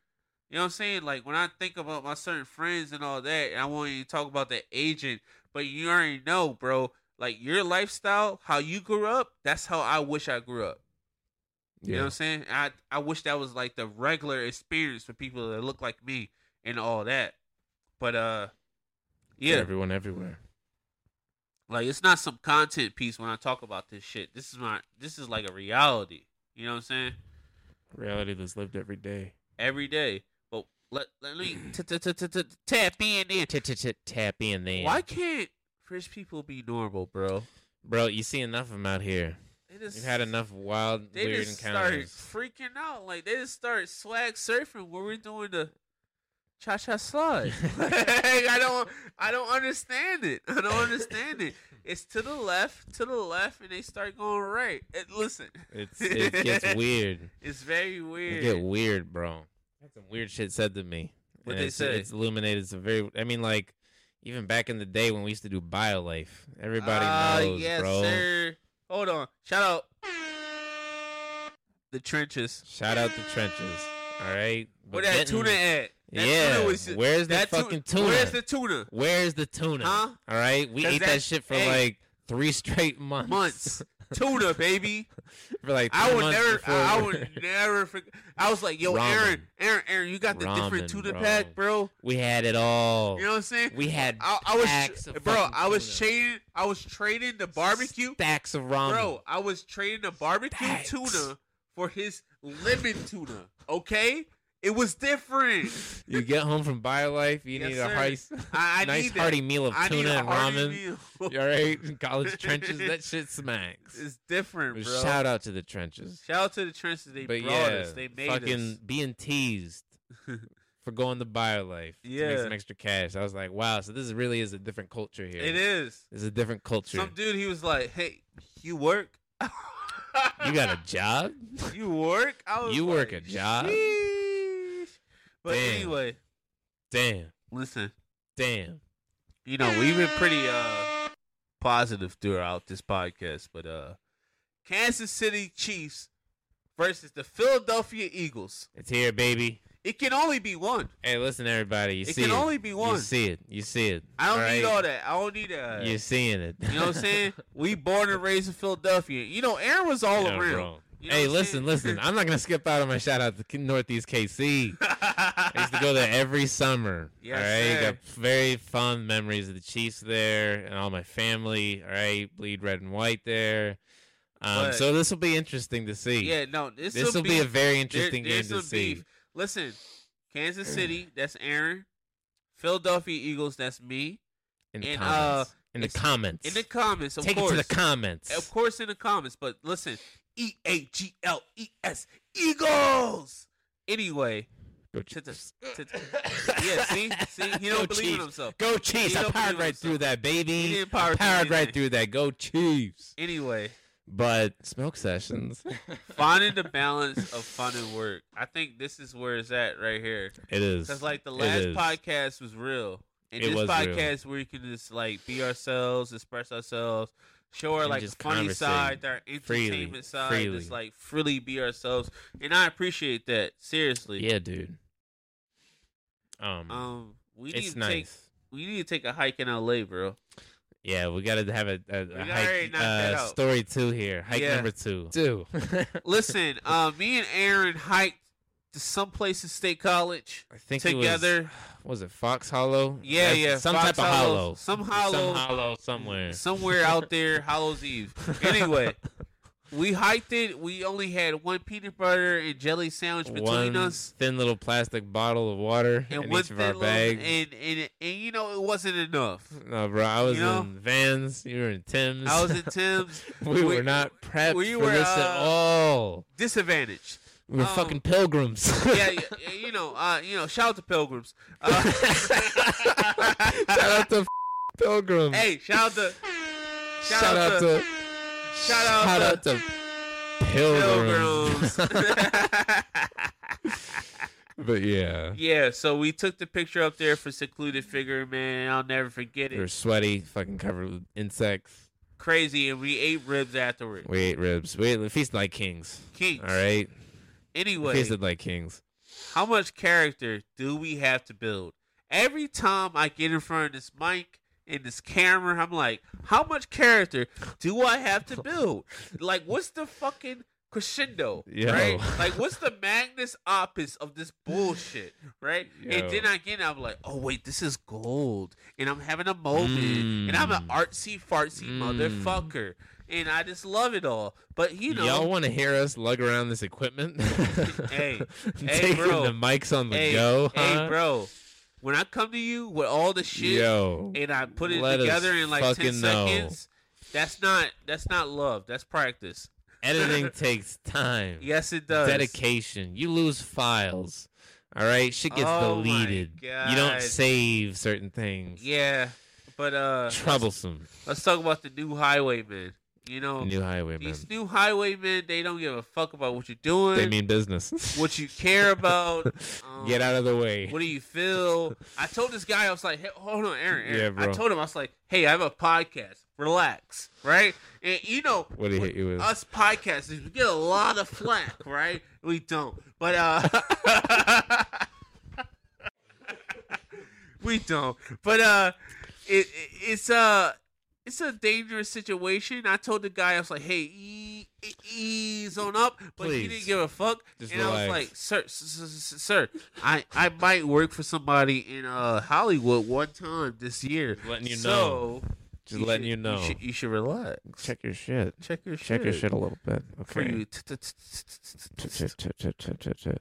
[SPEAKER 1] You know what I'm saying? Like when I think about my certain friends and all that, and I won't even talk about the agent, but you already know, bro. Like your lifestyle, how you grew up, that's how I wish I grew up. You know what I'm saying? I I wish that was like the regular experience for people that look like me and all that. But uh,
[SPEAKER 2] yeah.
[SPEAKER 1] yeah,
[SPEAKER 2] everyone everywhere.
[SPEAKER 1] like it's not some content piece when I talk about this shit. This is my this is like a reality. You know what I'm saying?
[SPEAKER 2] Reality that's lived every day.
[SPEAKER 1] Every day. But let let me t- t- t- t- t- tap in there.
[SPEAKER 2] Tap in there.
[SPEAKER 1] Why can't French people be normal, bro?
[SPEAKER 2] Bro, you see enough of them out here.
[SPEAKER 1] They just,
[SPEAKER 2] You've had enough wild,
[SPEAKER 1] They
[SPEAKER 2] weird
[SPEAKER 1] just started
[SPEAKER 2] encounters.
[SPEAKER 1] freaking out. Like they just started swag surfing where we're doing the cha cha slide. Like, I don't, I don't understand it. I don't understand it. It's to the left, to the left, and they start going right. And listen,
[SPEAKER 2] It's, it gets weird.
[SPEAKER 1] it's very
[SPEAKER 2] It
[SPEAKER 1] weird.
[SPEAKER 2] get weird, bro. Had some weird shit said to me.
[SPEAKER 1] What'd
[SPEAKER 2] And
[SPEAKER 1] they
[SPEAKER 2] it's,
[SPEAKER 1] say?
[SPEAKER 2] It's illuminated some very. I mean, like even back in the day when we used to do BioLife, everybody
[SPEAKER 1] Ah,
[SPEAKER 2] knows,
[SPEAKER 1] yes,
[SPEAKER 2] bro.
[SPEAKER 1] sir. Hold on. Shout out the trenches.
[SPEAKER 2] Shout out the trenches. All right.
[SPEAKER 1] Where
[SPEAKER 2] But
[SPEAKER 1] that
[SPEAKER 2] getting-
[SPEAKER 1] tuna at? That
[SPEAKER 2] yeah.
[SPEAKER 1] tuna was-
[SPEAKER 2] where's the
[SPEAKER 1] that tu-
[SPEAKER 2] fucking tuna?
[SPEAKER 1] Where's the tuna?
[SPEAKER 2] Where's the tuna?
[SPEAKER 1] Huh?
[SPEAKER 2] All right. We
[SPEAKER 1] 'Cause
[SPEAKER 2] ate that,
[SPEAKER 1] that-
[SPEAKER 2] shit for
[SPEAKER 1] hey.
[SPEAKER 2] like three straight months.
[SPEAKER 1] Months. tuna, baby.
[SPEAKER 2] for like.
[SPEAKER 1] I
[SPEAKER 2] three
[SPEAKER 1] would
[SPEAKER 2] months
[SPEAKER 1] never.
[SPEAKER 2] before-
[SPEAKER 1] I would never. Forget. I was like, "Yo,
[SPEAKER 2] Ramen.
[SPEAKER 1] Aaron, Aaron, Aaron, you got the different
[SPEAKER 2] Ramen,
[SPEAKER 1] tuna
[SPEAKER 2] bro.
[SPEAKER 1] pack, bro.
[SPEAKER 2] We had it all.
[SPEAKER 1] You know what I'm saying?
[SPEAKER 2] we had.
[SPEAKER 1] I, I was,
[SPEAKER 2] packs of
[SPEAKER 1] bro.
[SPEAKER 2] fucking
[SPEAKER 1] I was
[SPEAKER 2] tuna.
[SPEAKER 1] trading. I was trading the barbecue,
[SPEAKER 2] Stacks of ramen.
[SPEAKER 1] bro. I was trading the barbecue
[SPEAKER 2] Stacks.
[SPEAKER 1] tuna for his lemon tuna. Okay, it was different.
[SPEAKER 2] You get home from BioLife, you
[SPEAKER 1] Yes,
[SPEAKER 2] need
[SPEAKER 1] sir.
[SPEAKER 2] a nice,
[SPEAKER 1] I, I
[SPEAKER 2] nice
[SPEAKER 1] need that.
[SPEAKER 2] hearty meal of
[SPEAKER 1] I need
[SPEAKER 2] tuna
[SPEAKER 1] a
[SPEAKER 2] and
[SPEAKER 1] hearty
[SPEAKER 2] ramen.
[SPEAKER 1] meal.
[SPEAKER 2] You All right, college trenches, that shit smacks.
[SPEAKER 1] It's different,
[SPEAKER 2] But
[SPEAKER 1] bro.
[SPEAKER 2] Shout out to the trenches.
[SPEAKER 1] Shout out to the trenches. They
[SPEAKER 2] but
[SPEAKER 1] brought
[SPEAKER 2] yeah,
[SPEAKER 1] us. They made
[SPEAKER 2] fucking
[SPEAKER 1] us.
[SPEAKER 2] being teased for going to BioLife to make
[SPEAKER 1] Yeah.
[SPEAKER 2] some extra cash. I was like, wow, so this really is a different culture here.
[SPEAKER 1] It is.
[SPEAKER 2] It's a different culture.
[SPEAKER 1] Some dude, he was like, "Hey, you work?
[SPEAKER 2] you got a job?
[SPEAKER 1] you work? I was
[SPEAKER 2] You work
[SPEAKER 1] like,
[SPEAKER 2] a job?
[SPEAKER 1] "Sheesh." But
[SPEAKER 2] Damn.
[SPEAKER 1] anyway,
[SPEAKER 2] damn,
[SPEAKER 1] listen,
[SPEAKER 2] damn.
[SPEAKER 1] you know we've been pretty uh positive throughout this podcast, but uh, Kansas City Chiefs versus the Philadelphia Eagles.
[SPEAKER 2] It's here, baby.
[SPEAKER 1] It can only be one.
[SPEAKER 2] Hey, listen, everybody. You
[SPEAKER 1] It
[SPEAKER 2] see
[SPEAKER 1] can
[SPEAKER 2] it.
[SPEAKER 1] only be
[SPEAKER 2] You
[SPEAKER 1] one.
[SPEAKER 2] see it. You see it.
[SPEAKER 1] I don't need
[SPEAKER 2] right?
[SPEAKER 1] all that. I don't need uh, that.
[SPEAKER 2] You're seeing it.
[SPEAKER 1] You know what I'm saying? we born and raised in Philadelphia. You know, Aaron was all
[SPEAKER 2] Yeah,
[SPEAKER 1] around.
[SPEAKER 2] bro.
[SPEAKER 1] You know
[SPEAKER 2] hey,
[SPEAKER 1] what I'm
[SPEAKER 2] listen,
[SPEAKER 1] saying?
[SPEAKER 2] listen. I'm not gonna skip out on my shout out to K- Northeast KC. I used to go there every summer.
[SPEAKER 1] Yes,
[SPEAKER 2] all
[SPEAKER 1] sir.
[SPEAKER 2] right, got very fond memories of the Chiefs there and all my family. All right, bleed red and white there. Um,
[SPEAKER 1] But-
[SPEAKER 2] so this will be interesting to see.
[SPEAKER 1] Yeah, no, this
[SPEAKER 2] this will be a very
[SPEAKER 1] There-
[SPEAKER 2] interesting
[SPEAKER 1] there's
[SPEAKER 2] game to
[SPEAKER 1] some
[SPEAKER 2] see.
[SPEAKER 1] beef. Listen, Kansas City, that's Aaron. Philadelphia Eagles, that's me.
[SPEAKER 2] In the
[SPEAKER 1] And, uh,
[SPEAKER 2] comments. in the
[SPEAKER 1] it's-
[SPEAKER 2] comments.
[SPEAKER 1] In the comments, of
[SPEAKER 2] Take
[SPEAKER 1] course.
[SPEAKER 2] it to the comments.
[SPEAKER 1] Of course, in the comments. But listen, E A G L E S Eagles. Anyway,
[SPEAKER 2] Go
[SPEAKER 1] to
[SPEAKER 2] Chiefs.
[SPEAKER 1] the, to yeah, see, see, he
[SPEAKER 2] Go
[SPEAKER 1] don't believe in
[SPEAKER 2] Chiefs.
[SPEAKER 1] himself.
[SPEAKER 2] Go Chiefs!
[SPEAKER 1] He
[SPEAKER 2] I
[SPEAKER 1] don't
[SPEAKER 2] powered
[SPEAKER 1] believe
[SPEAKER 2] right
[SPEAKER 1] himself.
[SPEAKER 2] through that,
[SPEAKER 1] He
[SPEAKER 2] baby.
[SPEAKER 1] didn't power through
[SPEAKER 2] Powered right
[SPEAKER 1] anything.
[SPEAKER 2] through that. Go Chiefs!
[SPEAKER 1] Anyway,
[SPEAKER 2] but smoke sessions.
[SPEAKER 1] finding the balance of fun and work. I think this is where it's at right here.
[SPEAKER 2] it is.
[SPEAKER 1] Because like the
[SPEAKER 2] It
[SPEAKER 1] last
[SPEAKER 2] is.
[SPEAKER 1] podcast was real, and
[SPEAKER 2] It
[SPEAKER 1] this
[SPEAKER 2] was real.
[SPEAKER 1] podcast where you can just like be ourselves, express ourselves, show our
[SPEAKER 2] And
[SPEAKER 1] like
[SPEAKER 2] just
[SPEAKER 1] funny
[SPEAKER 2] conversate
[SPEAKER 1] side, our
[SPEAKER 2] freely,
[SPEAKER 1] entertainment side,
[SPEAKER 2] freely.
[SPEAKER 1] just like freely be ourselves, and I appreciate that seriously.
[SPEAKER 2] Yeah, dude. Um,
[SPEAKER 1] Um, we need
[SPEAKER 2] it's
[SPEAKER 1] to
[SPEAKER 2] nice.
[SPEAKER 1] take we need to take a hike in L.A., bro.
[SPEAKER 2] Yeah, we gotta have a, a,
[SPEAKER 1] We
[SPEAKER 2] a
[SPEAKER 1] already
[SPEAKER 2] hike
[SPEAKER 1] knocked that
[SPEAKER 2] uh,
[SPEAKER 1] out.
[SPEAKER 2] story two here. Hike
[SPEAKER 1] Yeah.
[SPEAKER 2] number two. Two.
[SPEAKER 1] Listen, uh, me and Aaron hiked to someplace in State College.
[SPEAKER 2] I think It
[SPEAKER 1] Together.
[SPEAKER 2] was, was it Fox Hollow?
[SPEAKER 1] Yeah,
[SPEAKER 2] That's-
[SPEAKER 1] yeah,
[SPEAKER 2] Some
[SPEAKER 1] Fox
[SPEAKER 2] type of
[SPEAKER 1] Hollow.
[SPEAKER 2] hollow.
[SPEAKER 1] Some
[SPEAKER 2] Some
[SPEAKER 1] hollow.
[SPEAKER 2] hollow somewhere.
[SPEAKER 1] somewhere out there, Hallows Eve. Anyway, we hiked it. We only had one peanut butter and jelly sandwich between
[SPEAKER 2] One
[SPEAKER 1] us,
[SPEAKER 2] thin little plastic bottle of water
[SPEAKER 1] and
[SPEAKER 2] in
[SPEAKER 1] one
[SPEAKER 2] each of
[SPEAKER 1] thin
[SPEAKER 2] our
[SPEAKER 1] little-
[SPEAKER 2] bags.
[SPEAKER 1] And, and and you know it wasn't enough.
[SPEAKER 2] no, bro, I was
[SPEAKER 1] You know?
[SPEAKER 2] in Vans. You were in Tim's.
[SPEAKER 1] I was in Tim's
[SPEAKER 2] we,
[SPEAKER 1] we-
[SPEAKER 2] were not prepped
[SPEAKER 1] we
[SPEAKER 2] for
[SPEAKER 1] were,
[SPEAKER 2] this
[SPEAKER 1] uh,
[SPEAKER 2] at all.
[SPEAKER 1] disadvantage.
[SPEAKER 2] We were
[SPEAKER 1] um,
[SPEAKER 2] fucking pilgrims.
[SPEAKER 1] Yeah, yeah, yeah, you know, uh, you know, shout out to Pilgrims. Uh,
[SPEAKER 2] shout out to Pilgrim.
[SPEAKER 1] hey, shout out to
[SPEAKER 2] shout, out to
[SPEAKER 1] Shout out
[SPEAKER 2] Shout
[SPEAKER 1] to
[SPEAKER 2] out to Pilgrim.
[SPEAKER 1] Pilgrims.
[SPEAKER 2] But yeah,
[SPEAKER 1] yeah, so we took the picture up there for secluded figure, man. I'll never forget
[SPEAKER 2] we
[SPEAKER 1] it.
[SPEAKER 2] were sweaty, fucking covered with insects.
[SPEAKER 1] Crazy, and we ate ribs afterwards.
[SPEAKER 2] We ate ribs. We ate, feasted like kings.
[SPEAKER 1] Kings.
[SPEAKER 2] All right,
[SPEAKER 1] Anyway,
[SPEAKER 2] feasted like kings.
[SPEAKER 1] how much character do we have to build? Every time I get in front of this mic and this camera, I'm like, how much character do I have to build? Like, what's the fucking crescendo,
[SPEAKER 2] Yo.
[SPEAKER 1] right? Like, what's the magnus opus of this bullshit, right?
[SPEAKER 2] Yo.
[SPEAKER 1] And then I get, in, I'm like, oh wait, this is gold, and I'm having a moment, and I'm an
[SPEAKER 2] Mm.
[SPEAKER 1] artsy fartsy
[SPEAKER 2] Mm.
[SPEAKER 1] motherfucker, and I just love it all. But you know,
[SPEAKER 2] all want to hear us lug around this equipment?
[SPEAKER 1] hey,
[SPEAKER 2] taking
[SPEAKER 1] bro.
[SPEAKER 2] the mics on the
[SPEAKER 1] hey,
[SPEAKER 2] go, huh?
[SPEAKER 1] hey, bro, when I come to you with all the shit
[SPEAKER 2] Yo,
[SPEAKER 1] and I put it
[SPEAKER 2] let us
[SPEAKER 1] together in like ten
[SPEAKER 2] fucking know.
[SPEAKER 1] seconds, that's not that's not love. That's practice.
[SPEAKER 2] editing takes time.
[SPEAKER 1] Yes, it does.
[SPEAKER 2] dedication. You lose files. All right, shit gets
[SPEAKER 1] Oh my
[SPEAKER 2] deleted. You don't
[SPEAKER 1] God.
[SPEAKER 2] save certain things.
[SPEAKER 1] Yeah, but uh,
[SPEAKER 2] Troublesome.
[SPEAKER 1] let's talk about the new highwaymen. You know,
[SPEAKER 2] New highwayman.
[SPEAKER 1] these new highwaymen, they don't give a fuck about what you're doing,
[SPEAKER 2] They mean business.
[SPEAKER 1] what you care about. um,
[SPEAKER 2] Get out of the way.
[SPEAKER 1] What do you feel? I told this guy, I was like, hey, hold on, Aaron. Aaron.
[SPEAKER 2] Yeah, bro.
[SPEAKER 1] I told him, I was like, hey, I have a podcast. Relax, right? And you know,
[SPEAKER 2] What do you hit you with?
[SPEAKER 1] us podcasters, we get a lot of flack, right? We don't, but uh, we don't. But uh, it, it it's uh. It's a dangerous situation. I told the guy, I was like, "Hey, e- e- ease on up," but he
[SPEAKER 2] Please.
[SPEAKER 1] didn't give a fuck.
[SPEAKER 2] Just
[SPEAKER 1] and I was
[SPEAKER 2] relax.
[SPEAKER 1] like, "Sir, s- s- s- sir, I I might work for somebody in uh Hollywood one time this year."
[SPEAKER 2] letting you
[SPEAKER 1] so know,
[SPEAKER 2] Just letting you know.
[SPEAKER 1] you should, you should relax.
[SPEAKER 2] Check your shit.
[SPEAKER 1] Check your
[SPEAKER 2] Check your shit a little bit.
[SPEAKER 1] For
[SPEAKER 2] Okay.
[SPEAKER 1] you.
[SPEAKER 2] Tap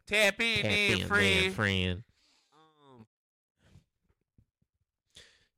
[SPEAKER 1] Tap in,
[SPEAKER 2] in,
[SPEAKER 1] man,
[SPEAKER 2] man,
[SPEAKER 1] friend.
[SPEAKER 2] friend.
[SPEAKER 1] Um,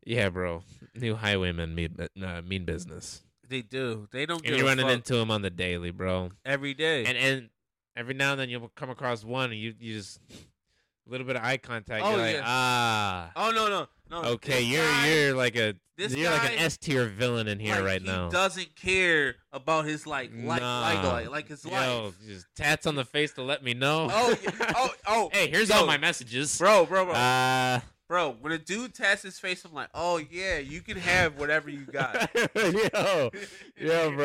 [SPEAKER 2] Yeah, bro. New highwaymen mean bu- uh, mean business.
[SPEAKER 1] They do. They don't
[SPEAKER 2] And
[SPEAKER 1] give
[SPEAKER 2] you're
[SPEAKER 1] a
[SPEAKER 2] running
[SPEAKER 1] fuck
[SPEAKER 2] into them on the daily, bro.
[SPEAKER 1] every day.
[SPEAKER 2] And and every now and then you'll come across one and you, you just a little bit of eye contact. you're
[SPEAKER 1] Oh,
[SPEAKER 2] like,
[SPEAKER 1] yeah.
[SPEAKER 2] ah.
[SPEAKER 1] oh no, no, no.
[SPEAKER 2] Okay,
[SPEAKER 1] this
[SPEAKER 2] you're
[SPEAKER 1] guy,
[SPEAKER 2] you're like a
[SPEAKER 1] this
[SPEAKER 2] you're like an
[SPEAKER 1] guy,
[SPEAKER 2] S tier villain in here
[SPEAKER 1] like,
[SPEAKER 2] right
[SPEAKER 1] he
[SPEAKER 2] now.
[SPEAKER 1] Doesn't care about his like, like, like,
[SPEAKER 2] Nah.
[SPEAKER 1] like, like his
[SPEAKER 2] Yo,
[SPEAKER 1] life.
[SPEAKER 2] just tats on the face to let me know.
[SPEAKER 1] Oh, yeah. oh, oh.
[SPEAKER 2] hey, here's
[SPEAKER 1] yo,
[SPEAKER 2] all my messages.
[SPEAKER 1] Bro, bro, bro,
[SPEAKER 2] Uh,
[SPEAKER 1] bro. When a dude taps his face, I'm like, oh yeah, you can have whatever you got.
[SPEAKER 2] yo, yo, bro,
[SPEAKER 1] You know
[SPEAKER 2] it's-
[SPEAKER 1] what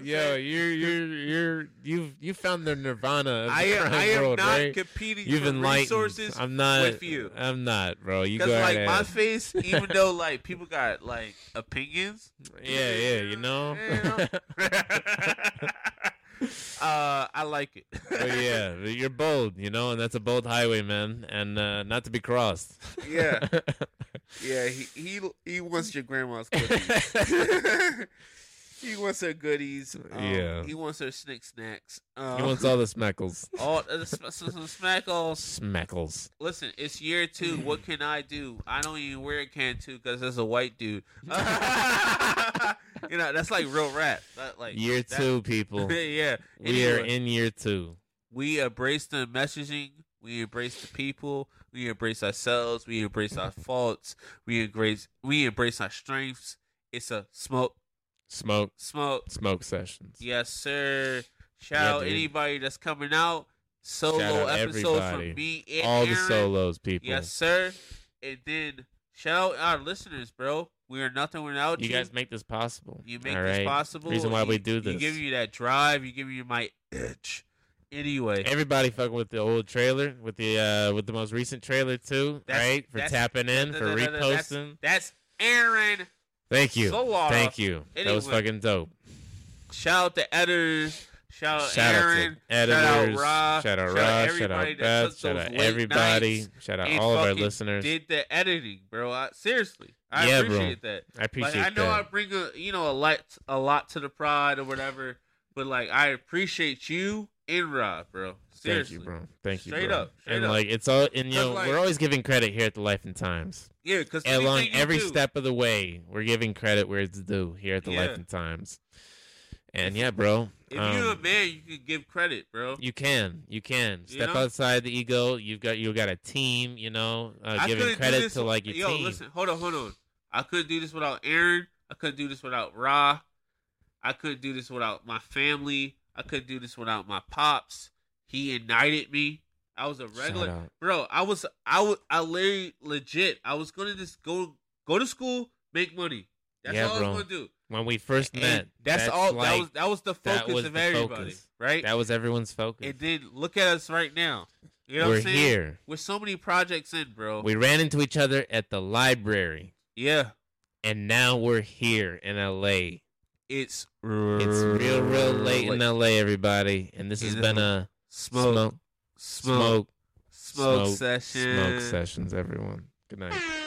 [SPEAKER 1] I'm
[SPEAKER 2] yo,
[SPEAKER 1] saying?
[SPEAKER 2] you're you're you're you've you found the nirvana of the
[SPEAKER 1] I am,
[SPEAKER 2] crime
[SPEAKER 1] I am
[SPEAKER 2] world,
[SPEAKER 1] not
[SPEAKER 2] right?
[SPEAKER 1] competing
[SPEAKER 2] You've
[SPEAKER 1] for
[SPEAKER 2] enlightened.
[SPEAKER 1] resources
[SPEAKER 2] I'm not
[SPEAKER 1] with you.
[SPEAKER 2] I'm not, bro. You go
[SPEAKER 1] Because like
[SPEAKER 2] ahead.
[SPEAKER 1] my face, even though like people got like opinions,
[SPEAKER 2] yeah, yeah, you know.
[SPEAKER 1] Yeah. uh, I like it.
[SPEAKER 2] but yeah, you're bold, you know, and that's a bold highway, man, and uh, not to be crossed.
[SPEAKER 1] Yeah. yeah. He he he wants your grandma's cookies. he wants her goodies. Um,
[SPEAKER 2] Yeah.
[SPEAKER 1] He wants her snick snacks. Um,
[SPEAKER 2] He wants all the smeckles.
[SPEAKER 1] all uh, sm- sm- sm- smackles.
[SPEAKER 2] Smeckles.
[SPEAKER 1] Listen, it's year two. What can I do? I don't even wear a can too because as a white dude, you know that's like real rap. That, like
[SPEAKER 2] Year
[SPEAKER 1] that-
[SPEAKER 2] two, people.
[SPEAKER 1] yeah.
[SPEAKER 2] We are
[SPEAKER 1] Anyway.
[SPEAKER 2] in year two.
[SPEAKER 1] we embrace the messaging we embrace the people we embrace ourselves we embrace our faults we embrace we embrace our strengths it's a smoke
[SPEAKER 2] Smoke,
[SPEAKER 1] smoke
[SPEAKER 2] smoke sessions.
[SPEAKER 1] yes sir
[SPEAKER 2] Yeah,
[SPEAKER 1] shout out
[SPEAKER 2] dude.
[SPEAKER 1] anybody that's coming out solo
[SPEAKER 2] Shout out
[SPEAKER 1] episode
[SPEAKER 2] everybody.
[SPEAKER 1] from me and
[SPEAKER 2] All the
[SPEAKER 1] Aaron.
[SPEAKER 2] solos, people.
[SPEAKER 1] yes sir and then shout out our listeners bro we are nothing without you,
[SPEAKER 2] You guys make this possible.
[SPEAKER 1] you make
[SPEAKER 2] all right?
[SPEAKER 1] this possible
[SPEAKER 2] Reason why
[SPEAKER 1] You-
[SPEAKER 2] we do
[SPEAKER 1] you
[SPEAKER 2] this.
[SPEAKER 1] give you that drive you give you my itch anyway
[SPEAKER 2] Everybody fucking with the old trailer, with the uh with the most recent trailer too,
[SPEAKER 1] That's-
[SPEAKER 2] right? For
[SPEAKER 1] that's-
[SPEAKER 2] tapping in,
[SPEAKER 1] No,
[SPEAKER 2] for
[SPEAKER 1] no, no, no, that's-
[SPEAKER 2] reposting.
[SPEAKER 1] That's, Aaron.
[SPEAKER 2] Thank you.
[SPEAKER 1] Solana.
[SPEAKER 2] Thank you. That was
[SPEAKER 1] Anyway.
[SPEAKER 2] fucking dope.
[SPEAKER 1] Shout out to editors. Shout out
[SPEAKER 2] Shout
[SPEAKER 1] uh, Aaron.
[SPEAKER 2] out to editors.
[SPEAKER 1] Ra, shout
[SPEAKER 2] shout out
[SPEAKER 1] out
[SPEAKER 2] Ra. Shout
[SPEAKER 1] everybody
[SPEAKER 2] out
[SPEAKER 1] that took
[SPEAKER 2] Beth. Shout
[SPEAKER 1] those
[SPEAKER 2] out
[SPEAKER 1] late
[SPEAKER 2] everybody.
[SPEAKER 1] nights
[SPEAKER 2] Shout out
[SPEAKER 1] and
[SPEAKER 2] all of our
[SPEAKER 1] fucking
[SPEAKER 2] listeners.
[SPEAKER 1] Did the editing, bro. I, seriously, I
[SPEAKER 2] Yeah, bro.
[SPEAKER 1] appreciate that.
[SPEAKER 2] I appreciate
[SPEAKER 1] like I know
[SPEAKER 2] that.
[SPEAKER 1] I bring a you know a lot a lot to the pride or whatever, but like I appreciate you and Rob, bro. Seriously,
[SPEAKER 2] Thank you, bro. Thank you.
[SPEAKER 1] Straight
[SPEAKER 2] bro.
[SPEAKER 1] up, straight
[SPEAKER 2] and
[SPEAKER 1] up.
[SPEAKER 2] like it's all and you
[SPEAKER 1] Cause,
[SPEAKER 2] know,
[SPEAKER 1] like-
[SPEAKER 2] we're always giving credit here at the Life and Times.
[SPEAKER 1] Yeah, because
[SPEAKER 2] Along every step of the way, we're giving credit where it's due here at the
[SPEAKER 1] Yeah.
[SPEAKER 2] Life and Times. And yeah, bro.
[SPEAKER 1] If
[SPEAKER 2] um,
[SPEAKER 1] you're a man, you can give credit, bro.
[SPEAKER 2] you can, you can
[SPEAKER 1] You
[SPEAKER 2] step
[SPEAKER 1] know?
[SPEAKER 2] outside the ego. You've got, you got a team, you know, uh,
[SPEAKER 1] I
[SPEAKER 2] giving
[SPEAKER 1] couldn't do
[SPEAKER 2] credit
[SPEAKER 1] this-
[SPEAKER 2] to like your
[SPEAKER 1] yo,
[SPEAKER 2] team.
[SPEAKER 1] listen, hold on, hold on. I couldn't do this without Aaron. I couldn't do this without Ra. I couldn't do this without my family. I couldn't do this without my pops. He ignited me. I was a regular
[SPEAKER 2] out.
[SPEAKER 1] bro. I was I was I literally legit. I was gonna just go go to school, make money. That's
[SPEAKER 2] Yeah,
[SPEAKER 1] all I
[SPEAKER 2] bro.
[SPEAKER 1] was gonna do.
[SPEAKER 2] When we first
[SPEAKER 1] And
[SPEAKER 2] met,
[SPEAKER 1] that's, all. that
[SPEAKER 2] like-
[SPEAKER 1] was that was the
[SPEAKER 2] that
[SPEAKER 1] focus
[SPEAKER 2] was
[SPEAKER 1] of
[SPEAKER 2] the
[SPEAKER 1] everybody,
[SPEAKER 2] focus.
[SPEAKER 1] right?
[SPEAKER 2] that was everyone's focus.
[SPEAKER 1] and then look at us right now. You know
[SPEAKER 2] We're
[SPEAKER 1] what I'm saying?
[SPEAKER 2] here.
[SPEAKER 1] With so many projects in, bro.
[SPEAKER 2] We ran into each other at the library,
[SPEAKER 1] yeah,
[SPEAKER 2] and now we're here in LA.
[SPEAKER 1] it's
[SPEAKER 2] It's real, real late in LA, everybody. And this has
[SPEAKER 1] Is it
[SPEAKER 2] been a
[SPEAKER 1] smoke,
[SPEAKER 2] smoke,
[SPEAKER 1] smoke,
[SPEAKER 2] smoke,
[SPEAKER 1] smoke,
[SPEAKER 2] smoke
[SPEAKER 1] session.
[SPEAKER 2] smoke sessions, everyone. Good night.